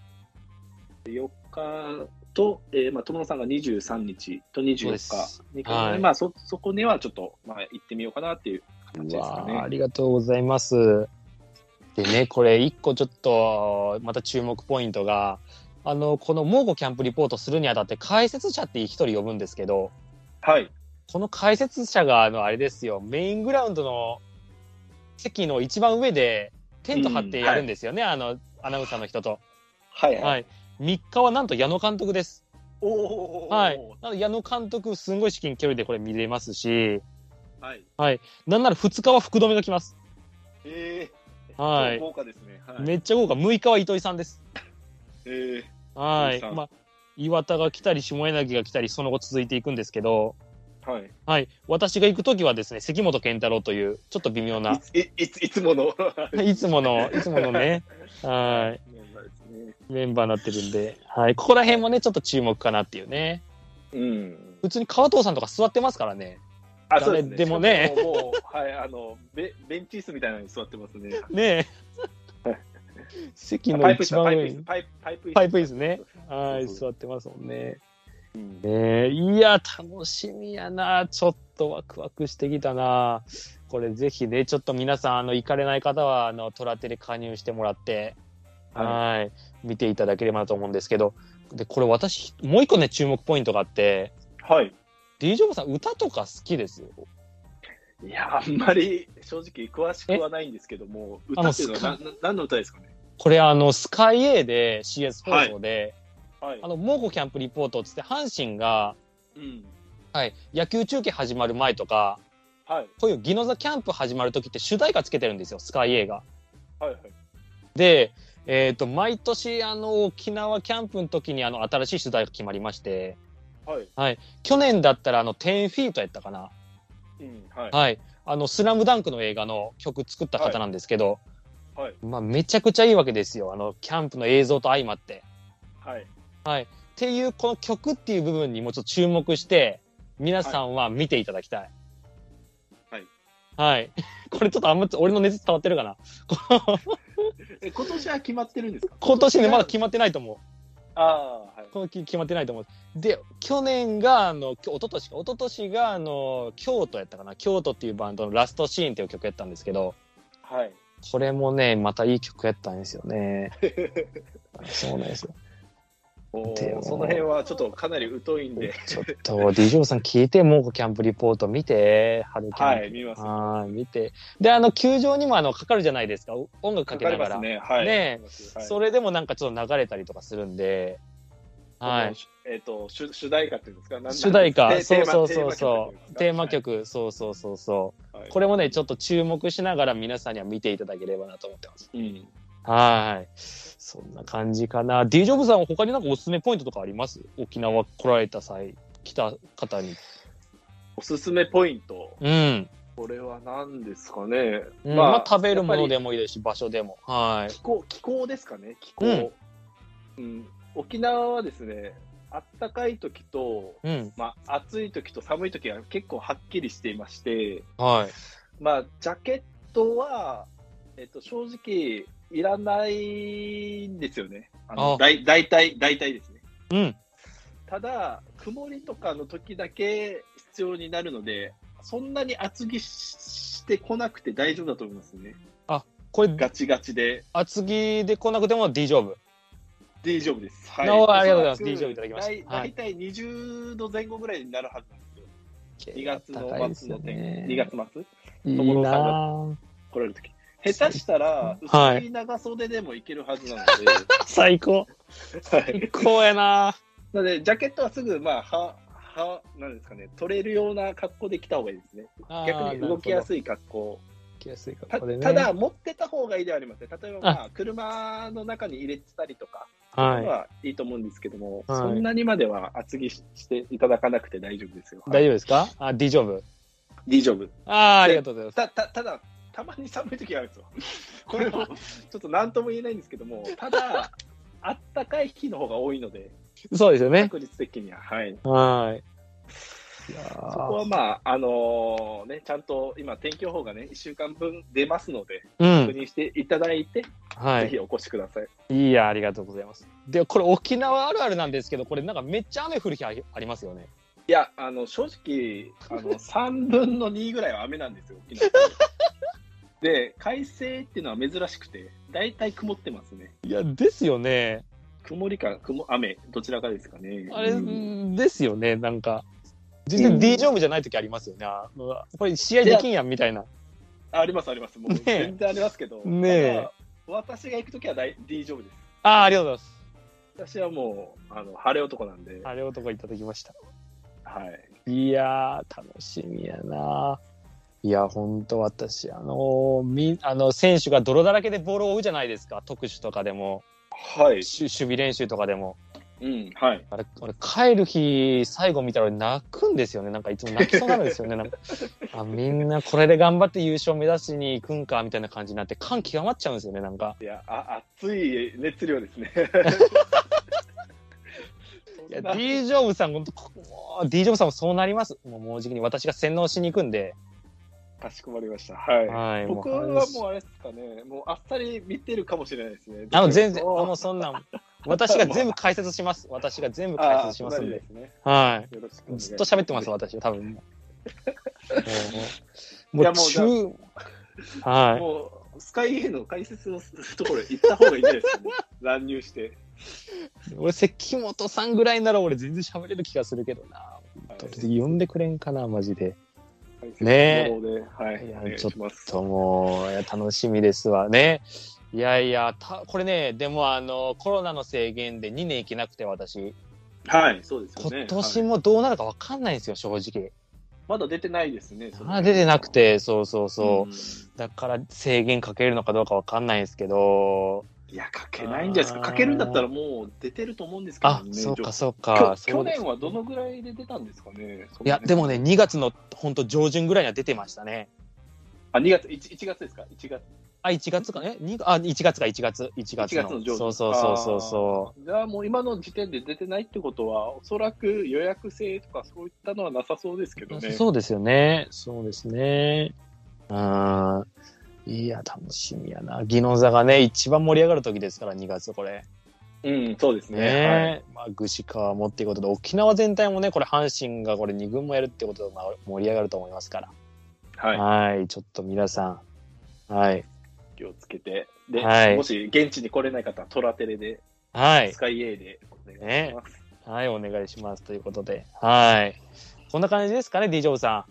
Speaker 2: 4日と、えーまあ、友野さんが23日と24
Speaker 1: そうです
Speaker 2: 日にかけて
Speaker 1: はい
Speaker 2: まあ、そそこにはちょっと、まあ、行ってみようかなっていう形ですか
Speaker 1: うわああ
Speaker 2: ね。
Speaker 1: りがとうございます。でね、これ一個ちょっと、また注目ポイントが、あの、この猛虎キャンプリポートするにあたって解説者って一人呼ぶんですけど、
Speaker 2: はい。
Speaker 1: この解説者が、あの、あれですよ、メイングラウンドの席の一番上でテント張ってやるんですよね、あの、アナウンサーの人と。
Speaker 2: はい、は。
Speaker 1: はいい。3日はなんと矢野監督です。
Speaker 2: おお
Speaker 1: はい。なので矢野監督、すんごい至近距離でこれ見れますし、
Speaker 2: はい。
Speaker 1: なんなら2日は福留が来ます。
Speaker 2: えー、
Speaker 1: はい
Speaker 2: 豪華ですね。はい。
Speaker 1: めっちゃ豪華。6日は糸井さんです。
Speaker 2: えー
Speaker 1: はい。
Speaker 2: 糸井さん
Speaker 1: まあ、岩田が来たり、下柳が来たり、その後続いていくんですけど、
Speaker 2: はい。
Speaker 1: はい。私が行くときはですね、関本健太郎という、ちょっと微妙
Speaker 2: い
Speaker 1: な、
Speaker 2: つ、いいつ、いつもの。
Speaker 1: いつもの、いつものね、 は
Speaker 2: メンバーですね。
Speaker 1: い、メンバーになってるんで、はい。ここら辺もね、ちょっと注目かなっていうね。
Speaker 2: うん。
Speaker 1: 普通に川藤さんとか座ってますからね。
Speaker 2: あ
Speaker 1: 誰でもね
Speaker 2: しかももう、はい、あの、ベベンチ椅子みたいなのに座ってますね。
Speaker 1: ね
Speaker 2: は
Speaker 1: え
Speaker 2: い。
Speaker 1: 席
Speaker 2: パ
Speaker 1: の
Speaker 2: イプ椅
Speaker 1: 一
Speaker 2: 子だ
Speaker 1: 番
Speaker 2: パイプ
Speaker 1: 上
Speaker 2: 椅
Speaker 1: に
Speaker 2: 子、。パイプパイプ椅子。
Speaker 1: パイプ椅子ね。はい、
Speaker 2: そうそ
Speaker 1: 座ってますもんね。
Speaker 2: うん
Speaker 1: ねえいや、楽しみやな。ちょっとワクワクしてきたな。これぜひね、ちょっと皆さん、あの、行かれない方は、あの、トラテレ加入してもらって、
Speaker 2: は
Speaker 1: は
Speaker 2: い
Speaker 1: い、見ていただければなと思うんですけど、で、これ私、もう一個ね、注目ポイントがあって、
Speaker 2: はい。
Speaker 1: D ・ジョブさん、歌とか好きですよ。
Speaker 2: いや、あんまり正直詳しくはないんですけども、歌っていうのはなな何の歌ですかね
Speaker 1: これ、あの、スカイ A で CS 放送で、
Speaker 2: はい
Speaker 1: あ。の、猛虎キャンプリポートっつって、阪神が、
Speaker 2: うん。
Speaker 1: はい、野球中継始まる前とか、
Speaker 2: はい。
Speaker 1: こういうギノザキャンプ始まる時って主題歌つけてるんですよ、スカイ A が。
Speaker 2: はいはい。
Speaker 1: で、えっ、と、毎年、あの、沖縄キャンプの時に、あの、新しい主題が決まりまして、
Speaker 2: はい。
Speaker 1: 去年だったら、あの、10フィートやったかな。
Speaker 2: うん。はい。
Speaker 1: はい。あの、スラムダンクの映画の曲作った方なんですけど、
Speaker 2: はい。
Speaker 1: まあ、めちゃくちゃいいわけですよ。あの、キャンプの映像と相まって。
Speaker 2: はい。
Speaker 1: っていう、この曲っていう部分にもちょっと注目して、皆さんは見ていただきたい。
Speaker 2: はい。
Speaker 1: はい。 これちょっとあんま、俺の熱伝わってるかな。
Speaker 2: え、今年は決まってるんですか
Speaker 1: 今年ね、まだ決まってないと思う。
Speaker 2: ああー、はい。
Speaker 1: この木決まってないと思う。で、去年が、あの、きょ一昨年か、一昨年が、あの、京都やったかな。京都っていうバンドのラストシーンっていう曲やったんですけど、
Speaker 2: はい。
Speaker 1: これもね、またいい曲やったんですよ ね。そうなんですよ。
Speaker 2: お
Speaker 1: で
Speaker 2: ー
Speaker 1: も
Speaker 2: その辺はちょっとかなり疎いんで、
Speaker 1: ちょっと、d ジョーさん聞いて、もうキャンプリポート見て、春キ
Speaker 2: は
Speaker 1: ャ
Speaker 2: い、
Speaker 1: ン
Speaker 2: 見ま
Speaker 1: プ。
Speaker 2: す。
Speaker 1: はい、見て。で、あの、球場にも、あの、かかるじゃないですか。お音楽かけながら。
Speaker 2: ね。はい。
Speaker 1: ねえ
Speaker 2: かかりますはい
Speaker 1: それでもなんかちょっと流れたりとかするんで、はい。。
Speaker 2: えっと、主主題歌っていうんですかなんなんです
Speaker 1: 主題歌、
Speaker 2: テ
Speaker 1: そ
Speaker 2: ー
Speaker 1: う
Speaker 2: マ
Speaker 1: そうそうそう、テーマ。
Speaker 2: テ
Speaker 1: 曲、そうそうそうそう。
Speaker 2: ーマ
Speaker 1: これもね、ちょ
Speaker 2: っ
Speaker 1: っと注目しながら皆さんには見ていただければなと思ってます。
Speaker 2: と。うん。
Speaker 1: はい。そんな感じかな。D ジョブさん、他になんかおすすめポイントとかあります沖縄来られた際、来た方に。
Speaker 2: おすすめポイント。
Speaker 1: うん。
Speaker 2: これは何ですかね。
Speaker 1: うんまあ、食べるものでもいいですし、場所でも。はい。
Speaker 2: 気候気候ですかね、気候、
Speaker 1: うん
Speaker 2: うん沖縄はですね、あったかい時と、
Speaker 1: うん。
Speaker 2: まあ、暑い時と寒い時が結構はっきりしていまして、
Speaker 1: はい。
Speaker 2: まあ、ジャケットは、えっと、正直、いらないんですよね、あの
Speaker 1: あ
Speaker 2: だい大体、大体ですね。
Speaker 1: うん。
Speaker 2: ただ、曇りとかの時だけ必要になるので、そんなに厚着ししてこなくて大丈夫だと思いますね、
Speaker 1: これ、
Speaker 2: ガチガチで。
Speaker 1: 厚着で来なくても D ジョブ。
Speaker 2: 大丈夫です。は
Speaker 1: なおありがとうございます
Speaker 2: おそら
Speaker 1: D
Speaker 2: く
Speaker 1: 丈夫いただきました
Speaker 2: い
Speaker 1: はい
Speaker 2: 大体20度前後ぐらいになるはずなんですよ。2月
Speaker 1: 高いで
Speaker 2: の
Speaker 1: す
Speaker 2: 末
Speaker 1: よ
Speaker 2: の天
Speaker 1: ね
Speaker 2: 気、2月末
Speaker 1: いいなぁ
Speaker 2: 来られるとき。下手したら、
Speaker 1: はい
Speaker 2: 薄い長袖でもいけるはずなので、
Speaker 1: 最高。
Speaker 2: はい
Speaker 1: 最高やなぁ
Speaker 2: なので、ジャケットはすぐ、まあ、は、は、なんですかね、取れるような格好で来た方がいいですね。逆に動きや
Speaker 1: い。
Speaker 2: すい格好。
Speaker 1: 動きやすいか
Speaker 2: た
Speaker 1: これね
Speaker 2: ただ、持ってた方がいいではありません。例えば、まあ、車の中に入れてたりとか、
Speaker 1: はい。
Speaker 2: はいいと思うんですけども、
Speaker 1: はい
Speaker 2: そんなにまでは厚着していただかなくて大丈夫ですよ。
Speaker 1: 大丈夫ですかあ、大丈夫。
Speaker 2: 夫大丈夫。
Speaker 1: ああー、ありがとうございます。
Speaker 2: たたただ、たまに寒い時があるんですよ。 こ れもちょっと何とも言えないんですけども、ただ、あったかい日の方が多いので、
Speaker 1: そうですよね。
Speaker 2: 確率的には。はい、
Speaker 1: はい。いや
Speaker 2: そこ
Speaker 1: ー
Speaker 2: はまあ、あのーね、ちゃんと今、天気予報がね、1週間分出ますので、
Speaker 1: う
Speaker 2: 確
Speaker 1: ん。
Speaker 2: 認していただいて、
Speaker 1: は
Speaker 2: ぜ
Speaker 1: い。
Speaker 2: ひお越しください。
Speaker 1: いや、ありがとうございます。で、これ沖縄あるあるなんですけど、これなんかめっちゃ雨降る日ありありますよね。
Speaker 2: いや、あの、正直、あ の、3分の2ぐらいは雨なんですよ、沖縄。で、快晴っていうのは珍しくて、大体曇ってますね。
Speaker 1: いや、ですよね。
Speaker 2: 曇りか、曇、雨、どちらかですかね。
Speaker 1: あれ、
Speaker 2: うん
Speaker 1: ですよね、なんか。全
Speaker 2: う
Speaker 1: 然
Speaker 2: ん
Speaker 1: D ジョブじゃない時ありますよね。あうわこれ試合できんやんみたいな。
Speaker 2: ああります、あります。もう
Speaker 1: ねえ
Speaker 2: 全然ありますけど、
Speaker 1: ねえ
Speaker 2: ただ私が行くときは大大丈夫です。
Speaker 1: ああ、ありがとうございます。
Speaker 2: 私はもう、あの、晴れ男なんで、は
Speaker 1: あれ男いただきました。
Speaker 2: い。
Speaker 1: いやー、楽しみやな。いや、ほんと私、あのーみ、あの、選手が泥だらけでボールを追うじゃないですか。特殊とかでも、
Speaker 2: はい。
Speaker 1: しゅ守備練習とかでも。
Speaker 2: うん、はい。
Speaker 1: あれ、俺、帰る日、最後見たら俺泣くんですよね。なんかいつも泣きそうなんですよね。なん か、あ、みんなこれで頑張って優勝目指しに行くんか、みたいな感じになって、感極まっちゃうんですよね、なんか。
Speaker 2: いや、あ熱い熱量ですね。
Speaker 1: い や、D ジョブさん、ほんと、こもう D ジョブさんもそうなります。もう、もうじきに私が洗脳しに行くんで。
Speaker 2: かしこまりました。はい。
Speaker 1: はい。
Speaker 2: 僕はもうあれですかね、もうあっさり見てるかもしれないですね。
Speaker 1: あの、全然、あ
Speaker 2: どちらかというと
Speaker 1: の、そんなん、私が全部解説し ます。私が全部解説しますん
Speaker 2: あー
Speaker 1: で。
Speaker 2: そうなんですね。
Speaker 1: は
Speaker 2: よろしくお願
Speaker 1: い。
Speaker 2: いし
Speaker 1: ず
Speaker 2: ま
Speaker 1: っと喋ってます、私、多分。もう、も
Speaker 2: いや
Speaker 1: う
Speaker 2: もうじゃあ
Speaker 1: 中、は
Speaker 2: もう、スカイエーの解説のところへ行った方がいいんじゃな いですかね。乱入して。
Speaker 1: い。俺、関本さんぐらいなら俺全然喋れる気がするけどな。
Speaker 2: はい
Speaker 1: ちょっと呼んでくれんかな、マジで。
Speaker 2: 解説
Speaker 1: ねえ
Speaker 2: の方で、はい。
Speaker 1: いや
Speaker 2: お願い
Speaker 1: ちょっ
Speaker 2: します。
Speaker 1: ともう、いや楽しみですわね。いやいや、たこれね、でもあの、コロナの制限で2年行けなくて、私。
Speaker 2: はい、そうですよね。
Speaker 1: 今年
Speaker 2: はい
Speaker 1: もどうなるか分かんないんですよ、正直。
Speaker 2: まだ出てないですね。
Speaker 1: あ出てなくて、そうそう
Speaker 2: そ
Speaker 1: そうう。
Speaker 2: ん
Speaker 1: だから制限かけるのかどうかわかんないですけど、
Speaker 2: いや、かけないんじゃないですか。かけるんだったらもう出てると思うんですけど
Speaker 1: あ、
Speaker 2: ね。
Speaker 1: そうか
Speaker 2: じ
Speaker 1: そう
Speaker 2: ょ
Speaker 1: か。
Speaker 2: 去
Speaker 1: そ
Speaker 2: 去
Speaker 1: うです
Speaker 2: 年はどのぐらいで出たんですかね。
Speaker 1: いや、でもね、2月の本当上旬ぐらいには出てましたね。
Speaker 2: あ、2月、1, 1月ですか ?1 月。
Speaker 1: あ、1月かね、2あ、1月か、1月、1月の。
Speaker 2: 1月の上旬
Speaker 1: そうそうそうそうそ
Speaker 2: じゃあもう今の時点で出てないってことは、おそらく予約制とかそういったのはなさそうですけど
Speaker 1: う。
Speaker 2: ね。
Speaker 1: そうですよね。そうですね。うん。いや、楽しみやな。技能座がね、一番盛り上がる時ですから、2月、これ。
Speaker 2: うん、そうですね。
Speaker 1: ねえ、まあ、具志川もっていうことで、沖縄全体もね、これ、阪神がこれ2軍もやるってことで、まあ、盛り上がると思いますから。
Speaker 2: はい。は
Speaker 1: はい、ちょっと皆さん、はい、
Speaker 2: い、気をつけて。で、
Speaker 1: はい
Speaker 2: もし現地に来れない方は、トラテレで、
Speaker 1: はい
Speaker 2: ス、カイエーでお願いします。
Speaker 1: はい、お願いしますということで、はい。こんな感じですかね、D ジョブさ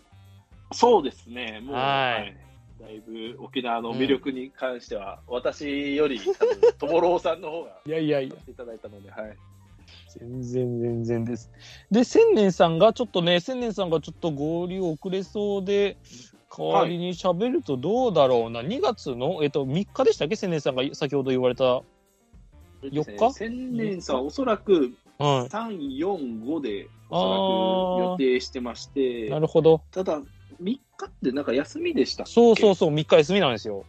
Speaker 2: そうですね。もう、
Speaker 1: はい
Speaker 2: だいぶ沖縄の魅力に関しては、私より多分、トモローさんの方が
Speaker 1: ん。いやいやいや
Speaker 2: やっ、ていただいたので、はい。
Speaker 1: 全然全然です。で、千年さんがちょっとね、千年さんがちょっと合流遅れそうで、代わりに喋るとどうだろうな、2月の、えっと、3日でしたっけ、千年さんが先ほど言われた。は四日
Speaker 2: 千年さん、おそらく
Speaker 1: い。
Speaker 2: 3、4、5で、
Speaker 1: あ
Speaker 2: おそら
Speaker 1: あ
Speaker 2: く予定してまして、
Speaker 1: なるほど。
Speaker 2: ただ、3日ってなんか休みでしたっけ
Speaker 1: そうそうそう、3日休みなんですよ。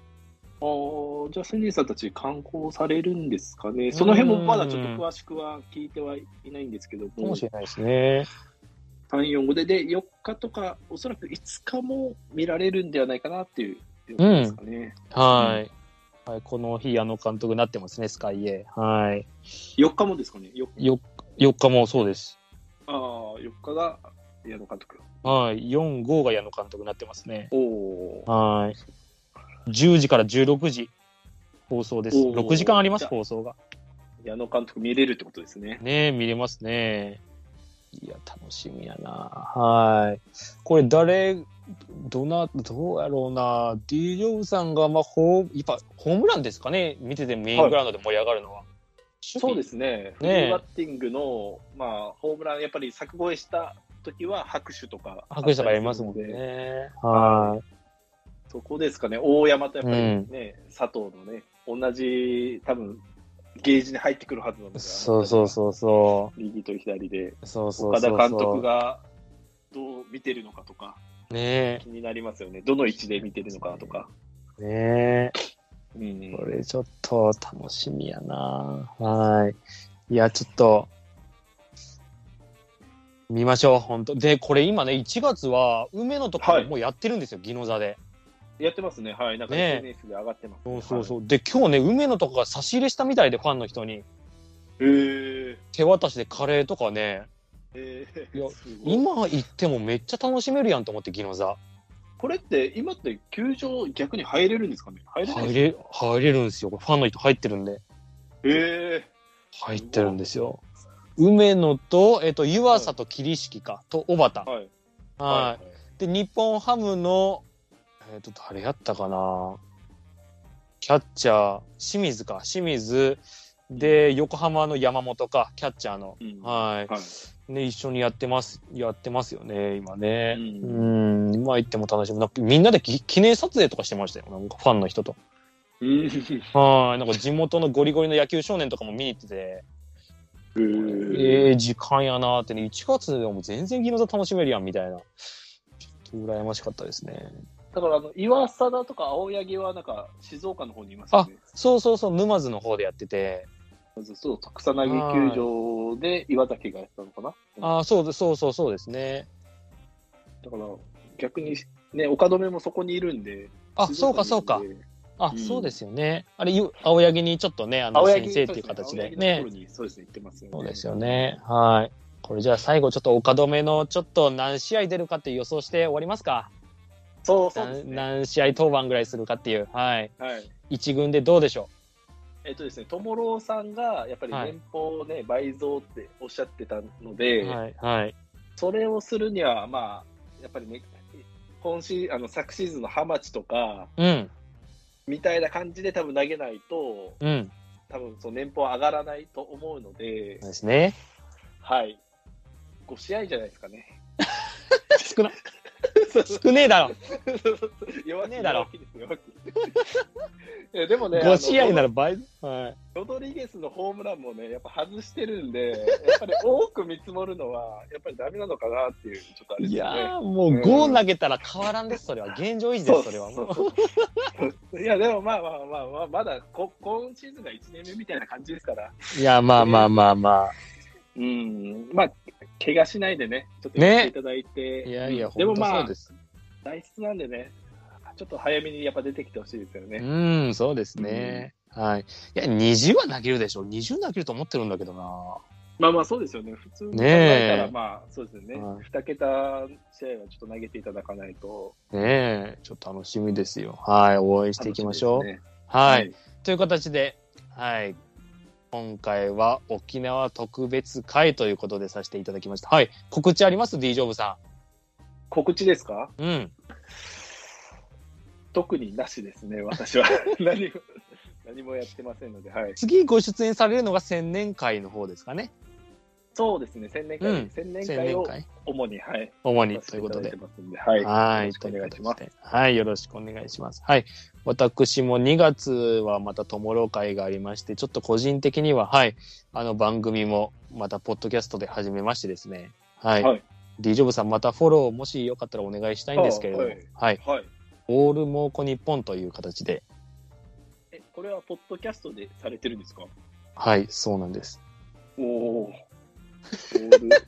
Speaker 2: あーじゃあ、千年さんたち観光されるんですかね。その辺もまだちょっと詳しくは聞いてはいないんですけど
Speaker 1: かも
Speaker 2: も、
Speaker 1: し
Speaker 2: 3、
Speaker 1: れないですね。
Speaker 2: 4、5で、で、4日とか、おそらく5日も見られるんではないかなっていう。
Speaker 1: ん
Speaker 2: ですかね、
Speaker 1: はい。はい、この日、あの監督になってますね、スカイエー。はい。
Speaker 2: 4日もですかね、4,
Speaker 1: よ4日もそうです。
Speaker 2: あー4日が矢野監督。
Speaker 1: はい。4、5が矢野監督になってますね。
Speaker 2: おおー、
Speaker 1: はい。10時から16時放送です。
Speaker 2: おー
Speaker 1: 6時間あります、
Speaker 2: じゃあ
Speaker 1: 放送が。
Speaker 2: 矢野監督見れるってことですね。
Speaker 1: ねえ、見れますね。いや、楽しみやな。はい。これ、誰、どな、どうやろうな。D ・ジョブさんが、まあ、ホー、やっぱ、ホームランですかね。見ててメイングラウンドで盛り上がるのは。
Speaker 2: そうですね、フリーバッティングの、まあ、ホームラン、やっぱり柵越えした時は拍手とか、
Speaker 1: 拍手とかやりますもん。ね。はい。
Speaker 2: そこですかね、大山とやっぱりね、佐藤のね、同じ、多分ゲージに入ってくるはずなんだから
Speaker 1: そうそうそうそ
Speaker 2: 右と左で、
Speaker 1: う。そうそう
Speaker 2: 岡
Speaker 1: そ
Speaker 2: 田
Speaker 1: う。
Speaker 2: 監督。がどう見てるのかとか、
Speaker 1: ね
Speaker 2: 気になりますよね。どの位置で見てるのかとか。
Speaker 1: え。ね
Speaker 2: うん
Speaker 1: え。これちょっと楽しみやなはい。いや、ちょっと、見ましょう、本当で、これ今ね、1月は、梅野とか
Speaker 2: はい
Speaker 1: もうやってるんですよ、宜野座で。
Speaker 2: やってますね。はい。なんか
Speaker 1: ね
Speaker 2: SNS で上がってます、
Speaker 1: そうそうそう。で、今日ね、梅野とかが差し入れしたみたいで、ファンの人に。
Speaker 2: う。へえ。
Speaker 1: 手渡しでカレーとかね、
Speaker 2: え
Speaker 1: いや
Speaker 2: ー、すごい
Speaker 1: 今行ってもめっちゃ楽しめるやんと思って、宜野座。
Speaker 2: これって、今って球場逆に入れるんですかね入れない
Speaker 1: 入れ、入れるんですよ。これファンの人入ってるんで。
Speaker 2: へえ
Speaker 1: 入ってるんですよ。梅野と、えっと、湯浅と桐敷か、と小畑。
Speaker 2: ー。はい。
Speaker 1: はい。で、日本ハムの、えっと、誰やったかなキャッチャー、清水か、清水。で、横浜の山本か、キャッチャーの。
Speaker 2: い。うん
Speaker 1: はい。
Speaker 2: はい。
Speaker 1: ね、一緒にやってます、やってますよね、今ね。
Speaker 2: う
Speaker 1: うんん、今行っても楽しみ。なんかみんなでき記念撮影とかしてましたよ、なんかファンの人と。
Speaker 2: うん。
Speaker 1: はい、なんか地元のゴリゴリの野球少年とかも見に行ってて、
Speaker 2: え
Speaker 1: ええ時間やなーってね、1月でも全然餃子楽しめるやんみたいな。ちょっと羨ましかったですね。
Speaker 2: だからあの岩佐だとか青柳はなんか静岡の方にいますよね。
Speaker 1: そうそうそう、沼津の方でやってて、
Speaker 2: そう、草薙球場で岩崎がやってたのかな。
Speaker 1: ああ、そうでそうそうそうですね。
Speaker 2: だから逆にね、岡留もそこにいるんで。
Speaker 1: あ、
Speaker 2: 静
Speaker 1: そう
Speaker 2: 岡
Speaker 1: か
Speaker 2: に
Speaker 1: そうか
Speaker 2: い。るんで
Speaker 1: あ、
Speaker 2: うん
Speaker 1: そうですよね。あれ、ゆ青柳にちょっとね、あの、
Speaker 2: 青柳
Speaker 1: 先生っていう形で
Speaker 2: そうすね
Speaker 1: ね
Speaker 2: 青柳のところにそうですね、行ってますよね。
Speaker 1: そうですよ。ね。はい。これじゃあ最後ちょっと岡留のちょっと何試合出るかっていう予想して終わりますか。
Speaker 2: そうそうです
Speaker 1: 何
Speaker 2: ね。
Speaker 1: 何試合当番ぐらいするかっていう。はい。
Speaker 2: はい。
Speaker 1: 一軍でどうでしょ
Speaker 2: えっとですね、トモローさんがやっぱり
Speaker 1: はい
Speaker 2: 年俸をね、倍増っておっしゃってたの
Speaker 1: う。
Speaker 2: で、
Speaker 1: はい。はい。
Speaker 2: それをするには、まあ、やっぱりね、今シーあの昨シーズンのハマチとか
Speaker 1: うん。
Speaker 2: みたいな感じで多分投げないと、
Speaker 1: うん。
Speaker 2: 多分その年俸上がらないと思うので
Speaker 1: そ、うですね。
Speaker 2: はい、5試合じゃないです かね。
Speaker 1: 少 な、少ねえだろ。
Speaker 2: 弱気
Speaker 1: ねえだろ
Speaker 2: 弱気です よ弱気いやでもね、
Speaker 1: 5試合な
Speaker 2: ら
Speaker 1: ら倍。はい。
Speaker 2: ロドリゲスのホームランもね、やっぱ外してる んで、やっぱり多く見積もるのは、やっぱりダメなのかなっていう、ちょっとあれ
Speaker 1: い
Speaker 2: ですね。
Speaker 1: やー、もう
Speaker 2: うん
Speaker 1: 5投げたら変わらんです、それは。現状維持で
Speaker 2: そう
Speaker 1: す、それは。
Speaker 2: そう
Speaker 1: も
Speaker 2: そう いや、でもまあまあまあまあ、まだこ今シーズンが1年目みたいな感じですから、
Speaker 1: ういや、まあまあまあまあ。
Speaker 2: うん、まあ、怪我しないでね、ちょっと
Speaker 1: ね
Speaker 2: やっていただいて、
Speaker 1: いやいや、
Speaker 2: でも
Speaker 1: 本当
Speaker 2: ま
Speaker 1: そ
Speaker 2: あ
Speaker 1: うで、す。
Speaker 2: 代筆なんでね、ちょっと早めにやっぱ出てきてほしいですよね。
Speaker 1: うん、そうですね。はい。いや、20は投げるでしょ。20投げると思ってるんだけどな。
Speaker 2: まあまあそうですよね。普通に考
Speaker 1: ね
Speaker 2: え
Speaker 1: え
Speaker 2: たら、まあそうですよね。
Speaker 1: はい
Speaker 2: 二桁試合はちょっと投げていただかないと。
Speaker 1: ねえ、ちょっと楽しみですよ。はい、応援していきましょう。
Speaker 2: 楽みですね
Speaker 1: はい、。という形で、はい、今回は沖縄特別会ということでさせていただきました。はい、告知あります ?D ジョブさ
Speaker 2: 告知ですか
Speaker 1: ん。うん。
Speaker 2: 特になしですね、私は。 何も、何もやってませんので、はい。
Speaker 1: 次ご出演されるのが千年会の方ですかね。
Speaker 2: そうですね、千年会、
Speaker 1: うん
Speaker 2: 千年
Speaker 1: 千
Speaker 2: 会
Speaker 1: 年
Speaker 2: を
Speaker 1: 会
Speaker 2: 主に、はい。
Speaker 1: 主
Speaker 2: や
Speaker 1: に
Speaker 2: らせ
Speaker 1: と
Speaker 2: て
Speaker 1: いうこと
Speaker 2: た
Speaker 1: で
Speaker 2: だて。ますんで、はい。
Speaker 1: はい、
Speaker 2: よ
Speaker 1: と
Speaker 2: ろし
Speaker 1: い
Speaker 2: くお
Speaker 1: う
Speaker 2: 願
Speaker 1: こ
Speaker 2: いし
Speaker 1: と
Speaker 2: ます。
Speaker 1: で。はい、よろしくお願いします。はい。私も2月はまたトモロー会がありまして、ちょっと個人的には、はい、あの番組もまたポッドキャストで始めましてですね。はい。
Speaker 2: はい
Speaker 1: D ジョブさん、またフォローもしよかったらお願いしたいんですけれども、
Speaker 2: あ
Speaker 1: は
Speaker 2: はいい、はい。
Speaker 1: オールモーコ日本という形で、
Speaker 2: え、これはポッドキャストでされてるんですか
Speaker 1: はい、そうなんです。
Speaker 2: おお。オー ル、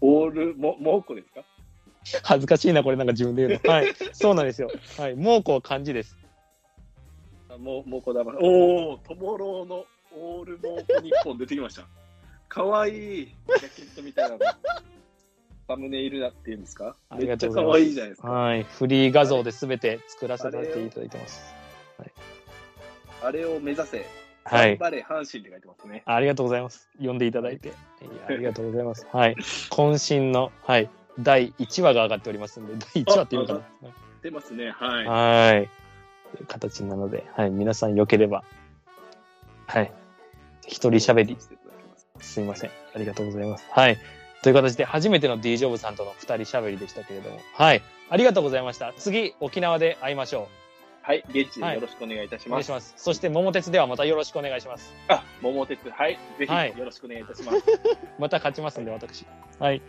Speaker 2: オール、も、もうこですか
Speaker 1: 恥ずかしいな、これなんか自分で言うの。 はい、そうなんですよ。はい、モーコは漢字です。
Speaker 2: あもう、もうこだま。おお、トモローのオールモーク日本出てきました。かわいいジャケットみたいなの。サムネイルだっていうんですか
Speaker 1: あり
Speaker 2: めっ
Speaker 1: が
Speaker 2: ち
Speaker 1: と
Speaker 2: ゃ
Speaker 1: うございま
Speaker 2: か
Speaker 1: す
Speaker 2: わいいじゃないですか。
Speaker 1: はい、フリー画像で全て作らせていただいてます。
Speaker 2: あれを目指せ。
Speaker 1: はい。
Speaker 2: バレー阪神って書いてますね。
Speaker 1: ありがとうございます。読んでいただいて。いやありがとうございます。はい。渾身の、はい。第1話が上がっておりますんで、第1話っていうのか
Speaker 2: 出ますね。はい。
Speaker 1: な。はい。という形なので、はい。皆さん良ければ、はい。一人喋り、すいません。ありがとうございます。はい。という形で、初めての D ジョブさんとの二人喋りでしたけれども、はい。ありがとうございました。次、沖縄で会いましょう。
Speaker 2: はい、現地でよろしくお願いいたし
Speaker 1: お願
Speaker 2: ま
Speaker 1: いし
Speaker 2: す。
Speaker 1: ます。そして、桃鉄ではまたよろしくお願いします。
Speaker 2: あ、桃鉄、はい、ぜ
Speaker 1: はい
Speaker 2: ひよろしくお願いい たします。
Speaker 1: また勝ちますんで、私。はい。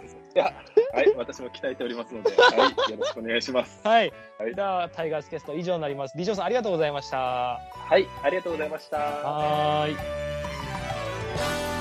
Speaker 2: はい、私も鍛えておりますので、はい、よろしくお願いします。
Speaker 1: はい。
Speaker 2: はい
Speaker 1: では、タイガースキャスト以上になります。ビジョンさん、ありがとうございました。
Speaker 2: はい、ありがとうございました。
Speaker 1: はーい。